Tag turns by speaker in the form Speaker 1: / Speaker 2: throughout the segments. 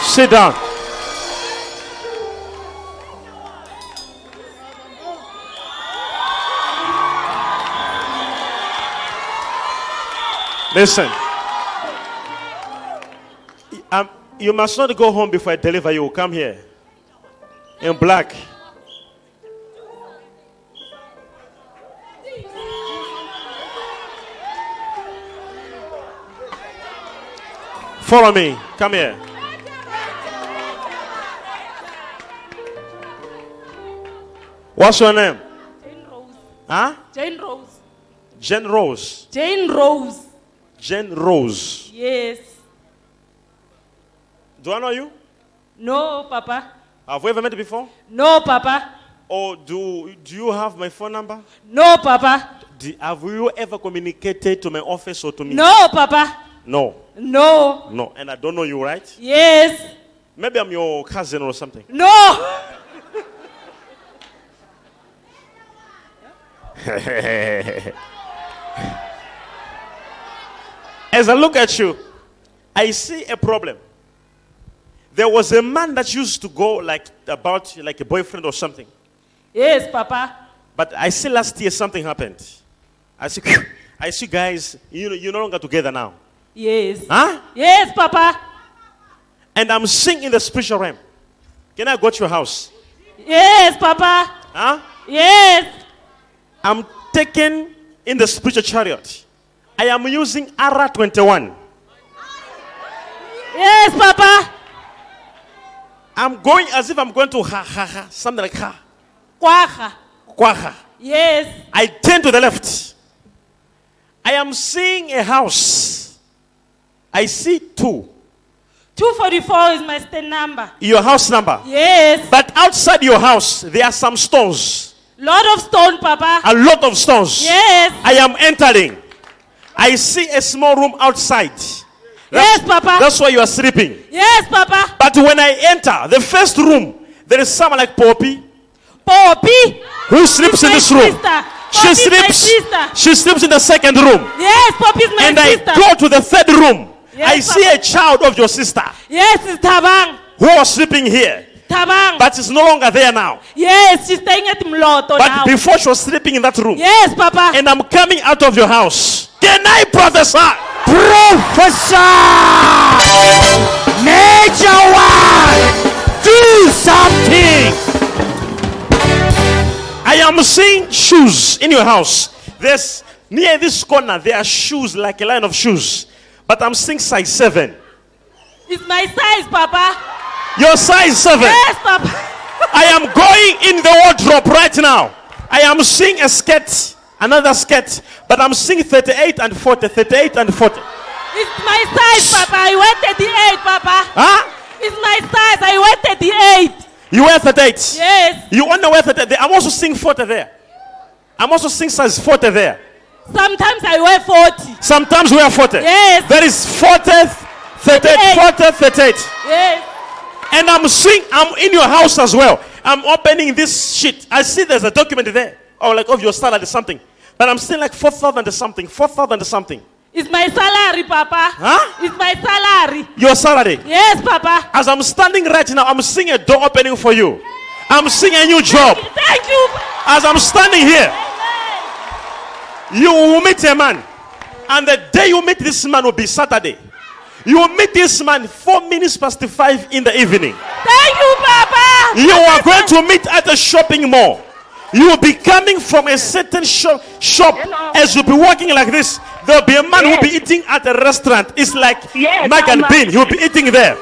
Speaker 1: Sit down. Listen. Um, you must not go home before I deliver you. Come here. In black. Follow me. Come here. What's your name?
Speaker 2: Jane Rose.
Speaker 1: Huh?
Speaker 2: Jane Rose.
Speaker 1: Jen Rose.
Speaker 2: Jane Rose.
Speaker 1: Jen Rose.
Speaker 2: Yes.
Speaker 1: Do I know you?
Speaker 2: No, Papa.
Speaker 1: Have we ever met before?
Speaker 2: No, Papa.
Speaker 1: Or do, do you have my phone number?
Speaker 2: No, Papa.
Speaker 1: Do- have you ever communicated to my office or to me?
Speaker 2: No, Papa.
Speaker 1: No.
Speaker 2: No.
Speaker 1: No. And I don't know you, right?
Speaker 2: Yes.
Speaker 1: Maybe I'm your cousin or something.
Speaker 2: No.
Speaker 1: As I look at you, I see a problem. There was a man that used to go like about like a boyfriend or something.
Speaker 2: Yes, Papa.
Speaker 1: But I see last year something happened. I see, I see guys, you know, you're no longer together now.
Speaker 2: Yes.
Speaker 1: Huh?
Speaker 2: Yes, Papa.
Speaker 1: And I'm seeing in the spiritual realm. Can I go to your house?
Speaker 2: Yes, Papa.
Speaker 1: Huh?
Speaker 2: Yes.
Speaker 1: I'm taken in the spiritual chariot. I am using Ara 21.
Speaker 2: Yes, Papa.
Speaker 1: I'm going as if I'm going to ha ha ha, something like ha,
Speaker 2: Kwaha.
Speaker 1: kwaha.
Speaker 2: Yes.
Speaker 1: I turn to the left. I am seeing a house. I see two.
Speaker 2: 244 is my stand number.
Speaker 1: Your house number.
Speaker 2: Yes.
Speaker 1: But outside your house, there are some stones.
Speaker 2: Lord of stone, Papa.
Speaker 1: A lot of stones.
Speaker 2: Yes.
Speaker 1: I am entering. I see a small room outside.
Speaker 2: Yes, Papa.
Speaker 1: That's why you are sleeping.
Speaker 2: Yes, Papa.
Speaker 1: But when I enter the first room, there is someone like Poppy
Speaker 2: Poppy.
Speaker 1: who sleeps in
Speaker 2: my
Speaker 1: this room.
Speaker 2: sister.
Speaker 1: She
Speaker 2: Poppy is my
Speaker 1: sleeps.
Speaker 2: sister.
Speaker 1: She sleeps in the second room.
Speaker 2: Yes, Poppy is my
Speaker 1: and
Speaker 2: sister.
Speaker 1: I go to the third room.
Speaker 2: Yes,
Speaker 1: I see
Speaker 2: Papa.
Speaker 1: a child of your sister
Speaker 2: Yes, it's Tabang.
Speaker 1: who was sleeping here,
Speaker 2: Tabang.
Speaker 1: but is no longer there now.
Speaker 2: yes, she's staying at Mloto
Speaker 1: But
Speaker 2: now.
Speaker 1: before she was sleeping in that room,
Speaker 2: yes, Papa.
Speaker 1: and I'm coming out of your house. Can I prophesy?
Speaker 3: Professor! Major one! Do something!
Speaker 1: I am seeing shoes in your house. There's near this corner, there are shoes like a line of shoes, but I'm seeing size seven.
Speaker 2: it's my size, Papa.
Speaker 1: Your size seven.
Speaker 2: Yes, Papa.
Speaker 1: I am going in the wardrobe right now. I am seeing a skirt, another skirt, but I'm seeing 38 and 40, 38 and 40.
Speaker 2: It's my size, Papa. I wear 38, Papa.
Speaker 1: Huh?
Speaker 2: It's my size. I wear 38.
Speaker 1: You wear 38.
Speaker 2: Yes.
Speaker 1: You want to wear 38. There- I'm also seeing 40 there. I'm also seeing size 40 there.
Speaker 2: Sometimes I wear 40.
Speaker 1: Sometimes we are 40.
Speaker 2: Yes.
Speaker 1: There is 40, 38,
Speaker 2: 38.
Speaker 1: 40, 38.
Speaker 2: Yes.
Speaker 1: And I'm seeing, I'm in your house as well. I'm opening this sheet. I see there's a document there, or like of your salary or something. But I'm seeing like 4,000 or something, 4,000 or something.
Speaker 2: It's my salary, Papa.
Speaker 1: Huh?
Speaker 2: It's my salary.
Speaker 1: Your salary.
Speaker 2: Yes, Papa.
Speaker 1: As I'm standing right now, I'm seeing a door opening for you. I'm seeing a new job.
Speaker 2: Thank you.
Speaker 1: As I'm standing here, you will meet a man. And the day you meet this man will be Saturday. You will meet this man four minutes past five in the evening.
Speaker 2: Thank you, Papa.
Speaker 1: You are going to meet at a shopping mall. You will be coming from a certain shop, shop as you'll be walking like this. There'll be a man who'll be eating at a restaurant. It's like
Speaker 4: Yes,
Speaker 1: Mike and
Speaker 4: I'm a-
Speaker 1: Bean. He'll be eating there.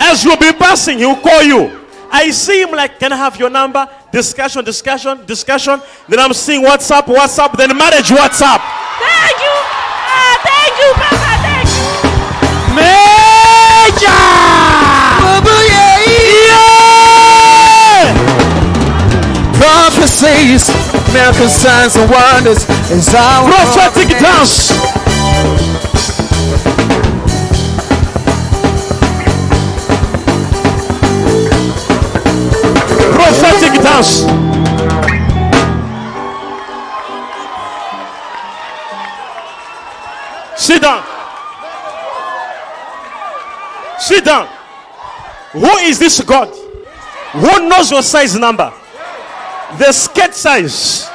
Speaker 1: As you'll be passing, he'll call you. I see him like, can I have your number? Discussion, discussion, discussion. Then I'm seeing WhatsApp, WhatsApp, then marriage, WhatsApp.
Speaker 2: Thank you. Ah, thank you, Papa. Thank you.
Speaker 3: Yeah! Prophecies, miracle signs and wonders is our
Speaker 1: Prophetic dance. Prophetic dance. Sit down. Sit down. Who is this God? Who knows your size number? The skirt size.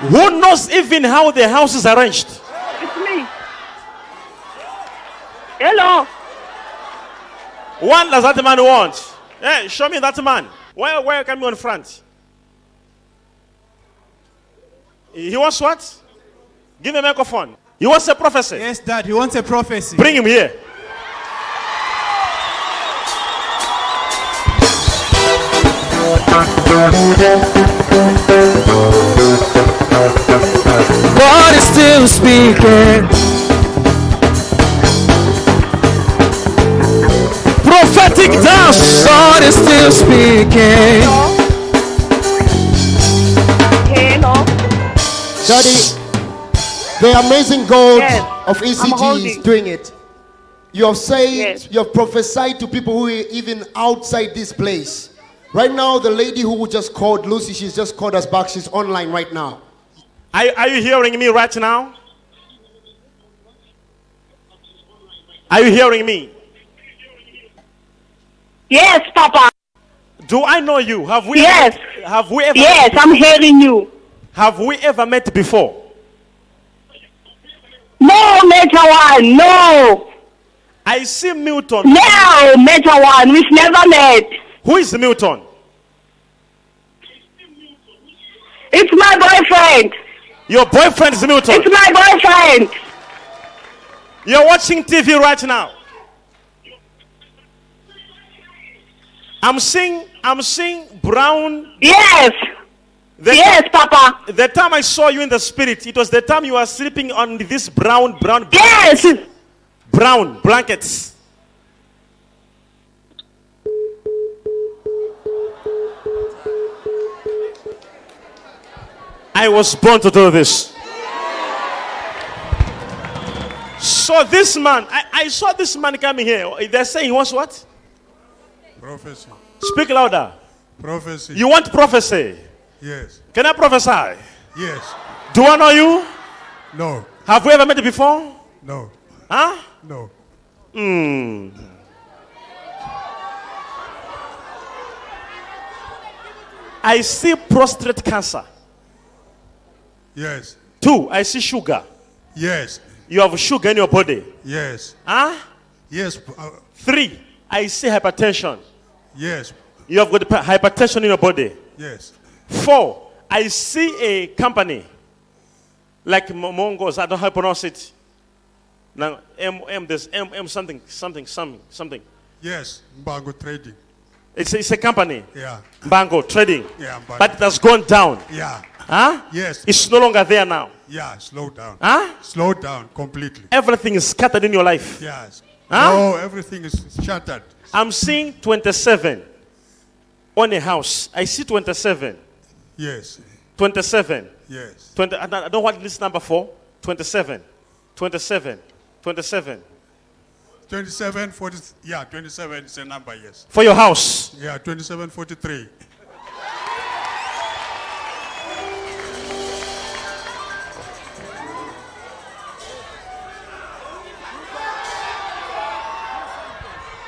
Speaker 1: Who knows even how the house is arranged?
Speaker 4: It's me. Hello.
Speaker 1: What does that man want? Hey, show me that man. Where, where can we on front? He wants what? Give him a microphone. He wants a prophecy.
Speaker 5: Yes, Dad, he wants a prophecy.
Speaker 1: Bring him here.
Speaker 3: God is still speaking.
Speaker 1: Prophetic dance.
Speaker 3: God is still speaking.
Speaker 4: Hello.
Speaker 6: Daddy, the amazing God
Speaker 4: Yes,
Speaker 6: of
Speaker 4: I'm
Speaker 6: ECG is
Speaker 4: holding.
Speaker 6: doing it. You have said,
Speaker 4: Yes.
Speaker 6: you have prophesied to people who are even outside this place. Right now, the lady who just called Lucy, she's just called us back. She's online right now.
Speaker 1: Are, are you hearing me right now? Are you hearing me?
Speaker 4: Yes, Papa.
Speaker 1: Do I know you? Have we?
Speaker 4: Yes.
Speaker 1: Have we ever?
Speaker 4: Yes, I'm hearing you.
Speaker 1: Have we ever met before?
Speaker 4: No, Major One. No.
Speaker 1: I see Milton.
Speaker 4: No, Major One. We've never met.
Speaker 1: Who is Milton?
Speaker 4: It's my boyfriend.
Speaker 1: Your boyfriend is Milton.
Speaker 4: It's my boyfriend.
Speaker 1: You're watching TV right now. I'm seeing. I'm seeing Brown.
Speaker 4: Yes.
Speaker 1: The,
Speaker 4: Yes, Papa.
Speaker 1: The time I saw you in the spirit, it was the time you were sleeping on this brown, brown,
Speaker 4: Yes.
Speaker 1: brown blankets. I was born to do this. So this man, I, I saw this man coming here. They're saying he wants what?
Speaker 7: Prophecy.
Speaker 1: Speak louder.
Speaker 7: Prophecy.
Speaker 1: You want prophecy.
Speaker 7: Yes.
Speaker 1: Can I prophesy?
Speaker 7: Yes.
Speaker 1: Do I know you?
Speaker 7: No.
Speaker 1: Have we ever met before?
Speaker 7: No.
Speaker 1: Huh?
Speaker 7: No.
Speaker 1: I see prostate cancer.
Speaker 7: Yes.
Speaker 1: Two, I see sugar.
Speaker 7: Yes.
Speaker 1: You have sugar in your body.
Speaker 7: Yes.
Speaker 1: Huh?
Speaker 7: Yes. uh,
Speaker 1: Three, I see hypertension.
Speaker 7: yes.
Speaker 1: You have got pa- hypertension in your body.
Speaker 7: Yes.
Speaker 1: Four, I see a company like Mo- Mongols. I don't know how to pronounce it. Now, M, M, there's M, M something, something, something, something.
Speaker 7: Yes. Bango trading.
Speaker 1: It's, it's a company,
Speaker 7: Yeah.
Speaker 1: Bango Trading.
Speaker 7: Yeah, Mbango.
Speaker 1: But it has gone down.
Speaker 7: Yeah.
Speaker 1: Huh?
Speaker 7: Yes.
Speaker 1: It's no longer there now.
Speaker 7: Yeah. Slow down.
Speaker 1: Huh?
Speaker 7: Slow down completely.
Speaker 1: Everything is scattered in your life.
Speaker 7: Yes.
Speaker 1: Huh?
Speaker 7: No, everything is shattered.
Speaker 1: I'm seeing 27 on a house. I see 27.
Speaker 7: Yes.
Speaker 1: 27.
Speaker 7: Yes.
Speaker 1: 20, I don't I don't want this number for. 27. 27. 27.
Speaker 7: 27, 40, yeah, 27 is a number, yes.
Speaker 1: For your house.
Speaker 7: Yeah, 27, 43.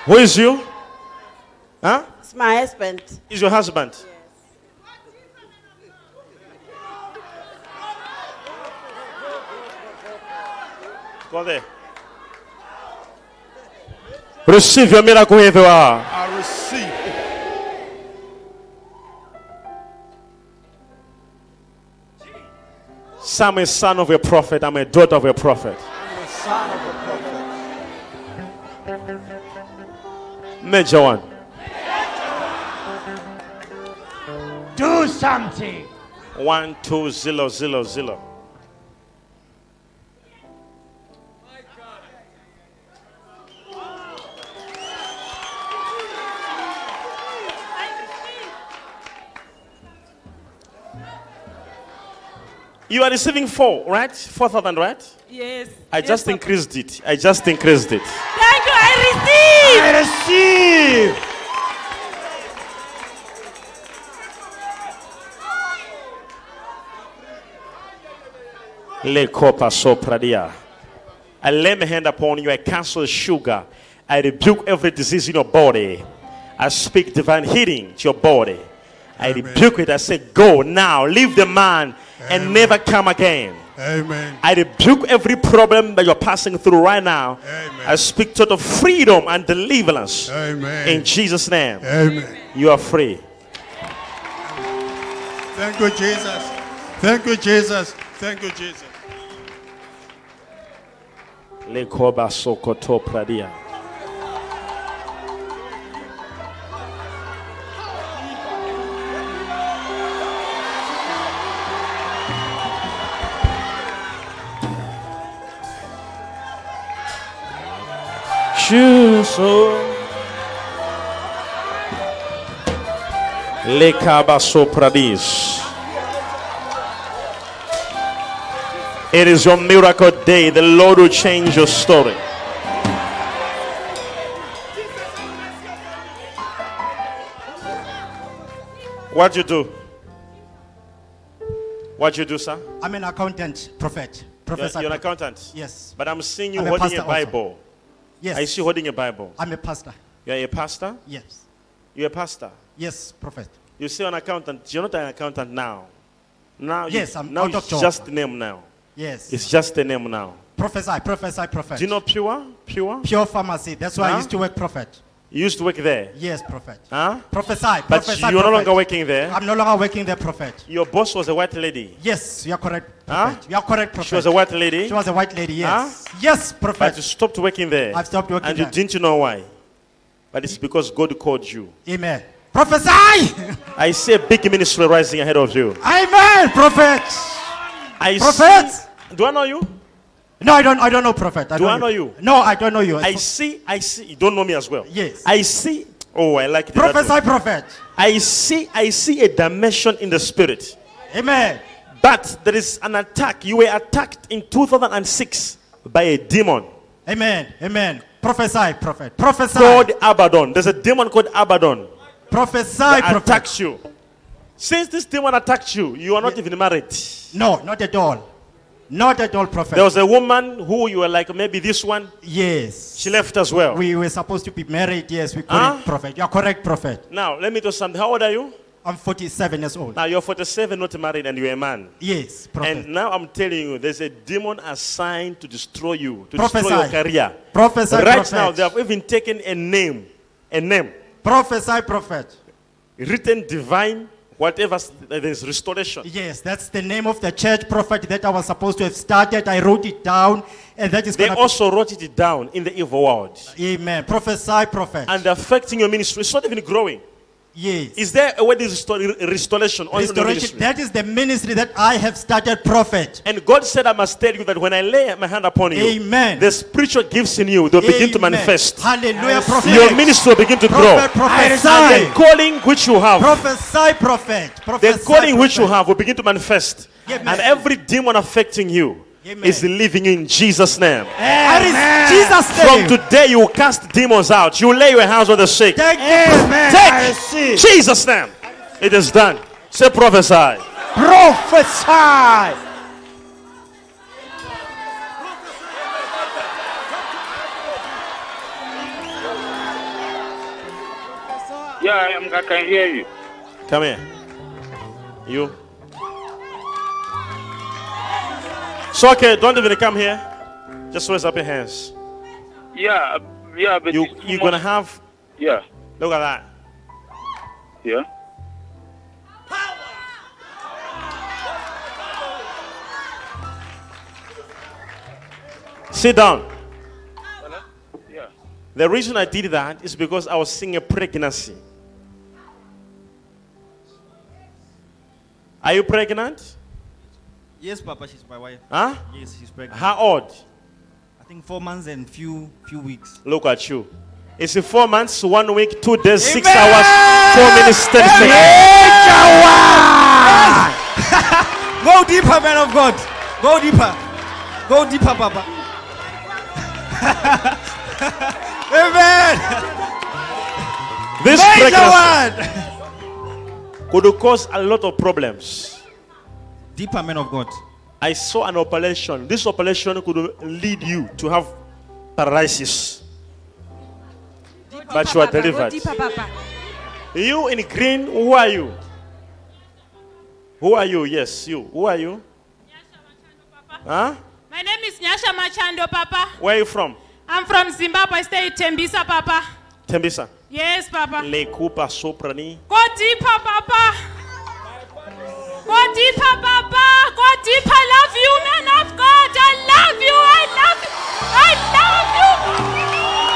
Speaker 1: Who is you? Huh?
Speaker 8: It's my husband.
Speaker 1: Is your husband? Go there. Receive your miracle wherever you are.
Speaker 7: I receive.
Speaker 1: So I'm a son of a prophet. I'm a daughter of a prophet. Major one.
Speaker 9: Do something.
Speaker 1: One, two, zero, zero, zero. You are receiving four, right? Four thousand, right?
Speaker 2: Yes.
Speaker 1: I
Speaker 2: yes,
Speaker 1: just
Speaker 2: Papa.
Speaker 1: increased it. I just increased it.
Speaker 2: Thank you. I
Speaker 9: I
Speaker 2: receive.
Speaker 9: receive.
Speaker 1: Le copa sopradia. I lay my hand upon you. I cancel sugar. I rebuke every disease in your body. I speak divine healing to your body. I rebuke it. I say, Go now, leave the man and never come again.
Speaker 7: Amen.
Speaker 1: I rebuke every problem that you're passing through right now.
Speaker 7: Amen.
Speaker 1: I speak total freedom and deliverance.
Speaker 7: Amen.
Speaker 1: In Jesus' name,
Speaker 7: Amen.
Speaker 1: you are free.
Speaker 7: Thank you, Jesus. Thank you, Jesus. Thank you, Jesus.
Speaker 1: Lekoba Sokoto Pradia. Lekaba Sopradis. It is your miracle day. The Lord will change your story. What you do? What you do, sir?
Speaker 5: I'm an accountant, prophet.
Speaker 1: You're,
Speaker 5: Professor.
Speaker 1: you're an accountant.
Speaker 5: Yes.
Speaker 1: But I'm seeing you
Speaker 5: I'm a
Speaker 1: holding
Speaker 5: pastor
Speaker 1: a
Speaker 5: also.
Speaker 1: Bible.
Speaker 5: Yes.
Speaker 1: I see you holding a Bible.
Speaker 5: I'm a pastor.
Speaker 1: You're a pastor.
Speaker 5: Yes.
Speaker 1: You're a pastor.
Speaker 5: Yes, prophet.
Speaker 1: You see an accountant. You're not an accountant now. Now, you-
Speaker 5: Yes, I'm
Speaker 1: now
Speaker 5: out of
Speaker 1: it's
Speaker 5: job.
Speaker 1: just a name now.
Speaker 5: Yes.
Speaker 1: It's just a name now.
Speaker 5: prophesy, prophesy, prophet.
Speaker 1: Do you know Pure? Pure?
Speaker 5: Pure pharmacy. That's why
Speaker 1: Huh?
Speaker 5: I used to work prophet.
Speaker 1: You used to work there.
Speaker 5: Yes, prophet.
Speaker 1: Huh?
Speaker 5: Prophesy,
Speaker 1: But
Speaker 5: prophesy.
Speaker 1: you're no
Speaker 5: prophet.
Speaker 1: longer working there.
Speaker 5: I'm no longer working there, prophet.
Speaker 1: Your boss was a white lady.
Speaker 5: Yes, you are correct.
Speaker 1: Huh?
Speaker 5: Prophet. You are correct, prophet.
Speaker 1: She was a white lady.
Speaker 5: She was a white lady. Yes. Yes,
Speaker 1: but you
Speaker 5: prophet.
Speaker 1: stopped working there.
Speaker 5: I've stopped working
Speaker 1: And you
Speaker 5: there.
Speaker 1: didn't know why. But it's because God called you.
Speaker 5: Amen. Prophesy.
Speaker 1: I see a big ministry rising ahead of you.
Speaker 5: Amen, prophet.
Speaker 1: I
Speaker 5: Prophet!
Speaker 1: See, do I know you?
Speaker 5: No, I don't. I don't know, prophet. I
Speaker 1: Do I
Speaker 5: don't
Speaker 1: know you?
Speaker 5: No, I don't know you.
Speaker 1: I see, I see. You don't know me as well.
Speaker 5: Yes.
Speaker 1: I see. Oh, I like it. that way.
Speaker 5: prophesy, prophet.
Speaker 1: I see, I see a dimension in the spirit.
Speaker 5: Amen.
Speaker 1: But there is an attack. You were attacked in 2006 by a demon
Speaker 5: Amen. Amen. Prophesy, prophet. Prophesy.
Speaker 1: called Abaddon. There's a demon called Abaddon.
Speaker 5: Prophesy,
Speaker 1: that
Speaker 5: prophet.
Speaker 1: attacks you. Since this demon attacked you, you are not even married.
Speaker 5: No, not at all. Not at all, prophet.
Speaker 1: There was a woman who you were like, maybe this one,
Speaker 5: yes.
Speaker 1: she left as well.
Speaker 5: We were supposed to be married. Yes, we
Speaker 1: Huh?
Speaker 5: correct, prophet. You are correct, prophet.
Speaker 1: now, let me do something. How old are you?
Speaker 5: I'm 47 years old.
Speaker 1: Now, you're 47, not married, and you're a man.
Speaker 5: Yes,
Speaker 1: And
Speaker 5: prophet.
Speaker 1: now I'm telling you, there's a demon assigned to destroy you, to destroy your
Speaker 5: Prophesy.
Speaker 1: career.
Speaker 5: Prophesy,
Speaker 1: right
Speaker 5: prophet.
Speaker 1: now, they have even taken a name, a name,
Speaker 5: Prophesy, prophet.
Speaker 1: written divine, whatever, s- there's restoration.
Speaker 5: Yes, that's the name of the church prophet that I was supposed to have started. I wrote it down, and that is
Speaker 1: They
Speaker 5: gonna
Speaker 1: also wrote it down in the evil world.
Speaker 5: be, Amen. Prophesy, prophet.
Speaker 1: And they're affecting your ministry. It's not even growing.
Speaker 5: yes.
Speaker 1: Is there a word is resto- re- restoration on the
Speaker 5: Restoration.
Speaker 1: ministry?
Speaker 5: That is the ministry that I have started, prophet.
Speaker 1: And God said, I must tell you that when I lay my hand upon you,
Speaker 5: Amen.
Speaker 1: the spiritual gifts in you, they'll begin to
Speaker 5: Amen.
Speaker 1: manifest.
Speaker 5: Hallelujah, prophet.
Speaker 1: Your ministry will begin to
Speaker 5: Prophet,
Speaker 1: grow.
Speaker 5: prophesy.
Speaker 1: And the calling which you have,
Speaker 5: Prophesy, prophet.
Speaker 1: the
Speaker 5: Prophesy,
Speaker 1: calling which you
Speaker 5: prophet.
Speaker 1: have will begin to manifest.
Speaker 5: Amen.
Speaker 1: And every demon affecting you
Speaker 5: Amen.
Speaker 1: is leaving you in Jesus' name.
Speaker 5: I receive Jesus'
Speaker 1: From
Speaker 5: name.
Speaker 1: today, you will cast demons out. You will lay your hands on the sick.
Speaker 5: Thank you,
Speaker 9: I
Speaker 1: Take
Speaker 9: receive.
Speaker 1: Jesus' name. It is done. Say prophesy.
Speaker 9: Prophesy.
Speaker 4: Yeah, I'm, I can hear you.
Speaker 1: Come here. You. It's okay. Don't even come here. Just raise up your hands.
Speaker 4: Yeah, yeah, but
Speaker 1: You you're gonna have.
Speaker 4: yeah,
Speaker 1: Look at that.
Speaker 4: yeah.
Speaker 1: Sit down.
Speaker 4: Yeah.
Speaker 1: The reason I did that is because I was seeing a pregnancy. Are you pregnant?
Speaker 8: Yes, Papa, she's my wife.
Speaker 1: Huh?
Speaker 8: Yes, she's pregnant.
Speaker 1: How old?
Speaker 8: I think four months and few few weeks.
Speaker 1: Look at you. It's in four months, one week, two days, six hours, four minutes, thirty seconds.
Speaker 8: Go deeper, man of God. Go deeper. Go deeper, Papa. Amen.
Speaker 1: This
Speaker 8: Praise the
Speaker 1: pregnancy
Speaker 8: Lord.
Speaker 1: could cause a lot of problems.
Speaker 8: Deeper, man of God.
Speaker 1: I saw an operation. This operation could lead you to have paralysis. But you are delivered.
Speaker 2: Papa.
Speaker 1: You in green, who are you? Who are you? Yes, you. Who are you? Huh?
Speaker 2: My name is Nyasha Machando, Papa.
Speaker 1: Where are you from?
Speaker 2: I'm from Zimbabwe State, Tembisa, Papa.
Speaker 1: Tembisa.
Speaker 2: Yes, Papa.
Speaker 1: Lekupa Soprani.
Speaker 2: Go deeper, Papa. Go deeper, Papa. Go deeper. I love you, man of God. I love you. I love you. I love you.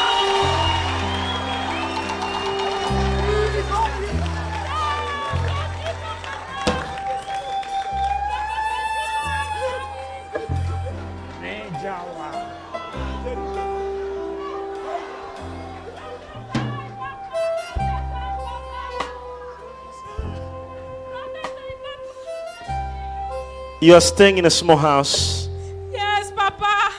Speaker 1: You are staying in a small house.
Speaker 2: Yes, Papa.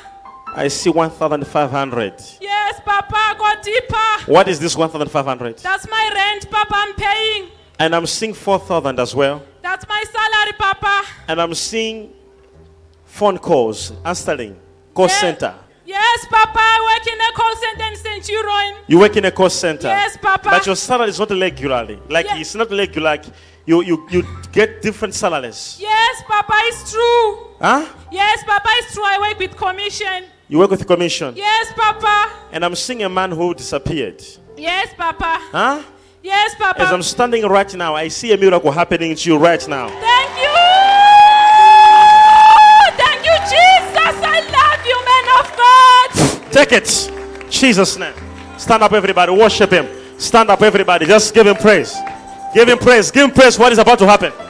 Speaker 1: I see 1,500.
Speaker 2: Yes, Papa. Go deeper.
Speaker 1: What is this 1,500?
Speaker 2: That's my rent, Papa. I'm paying.
Speaker 1: And I'm seeing 4,000 as well.
Speaker 2: That's my salary, Papa.
Speaker 1: And I'm seeing phone calls, answering, call
Speaker 2: Yes.
Speaker 1: center.
Speaker 2: Yes, Papa. I work in a call center in Centurion.
Speaker 1: You work in a call center.
Speaker 2: Yes, Papa.
Speaker 1: But your salary is not regularly. Like
Speaker 2: Yes.
Speaker 1: it's not regular. Like you, you, you get different salaries.
Speaker 2: Yes, Papa. It's true.
Speaker 1: Huh?
Speaker 2: Yes, Papa. It's true. I work with commission.
Speaker 1: You work with commission.
Speaker 2: Yes, Papa.
Speaker 1: And I'm seeing a man who disappeared.
Speaker 2: Yes, Papa.
Speaker 1: Huh?
Speaker 2: Yes, Papa.
Speaker 1: As I'm standing right now, I see a miracle happening to you right now.
Speaker 2: Thank you. Thank you, Jesus. I love you, man of God.
Speaker 1: Take it. Jesus' name. Stand up, everybody. Worship him. Stand up, everybody. Just give him praise. Give him praise. Give him praise. What is about to happen?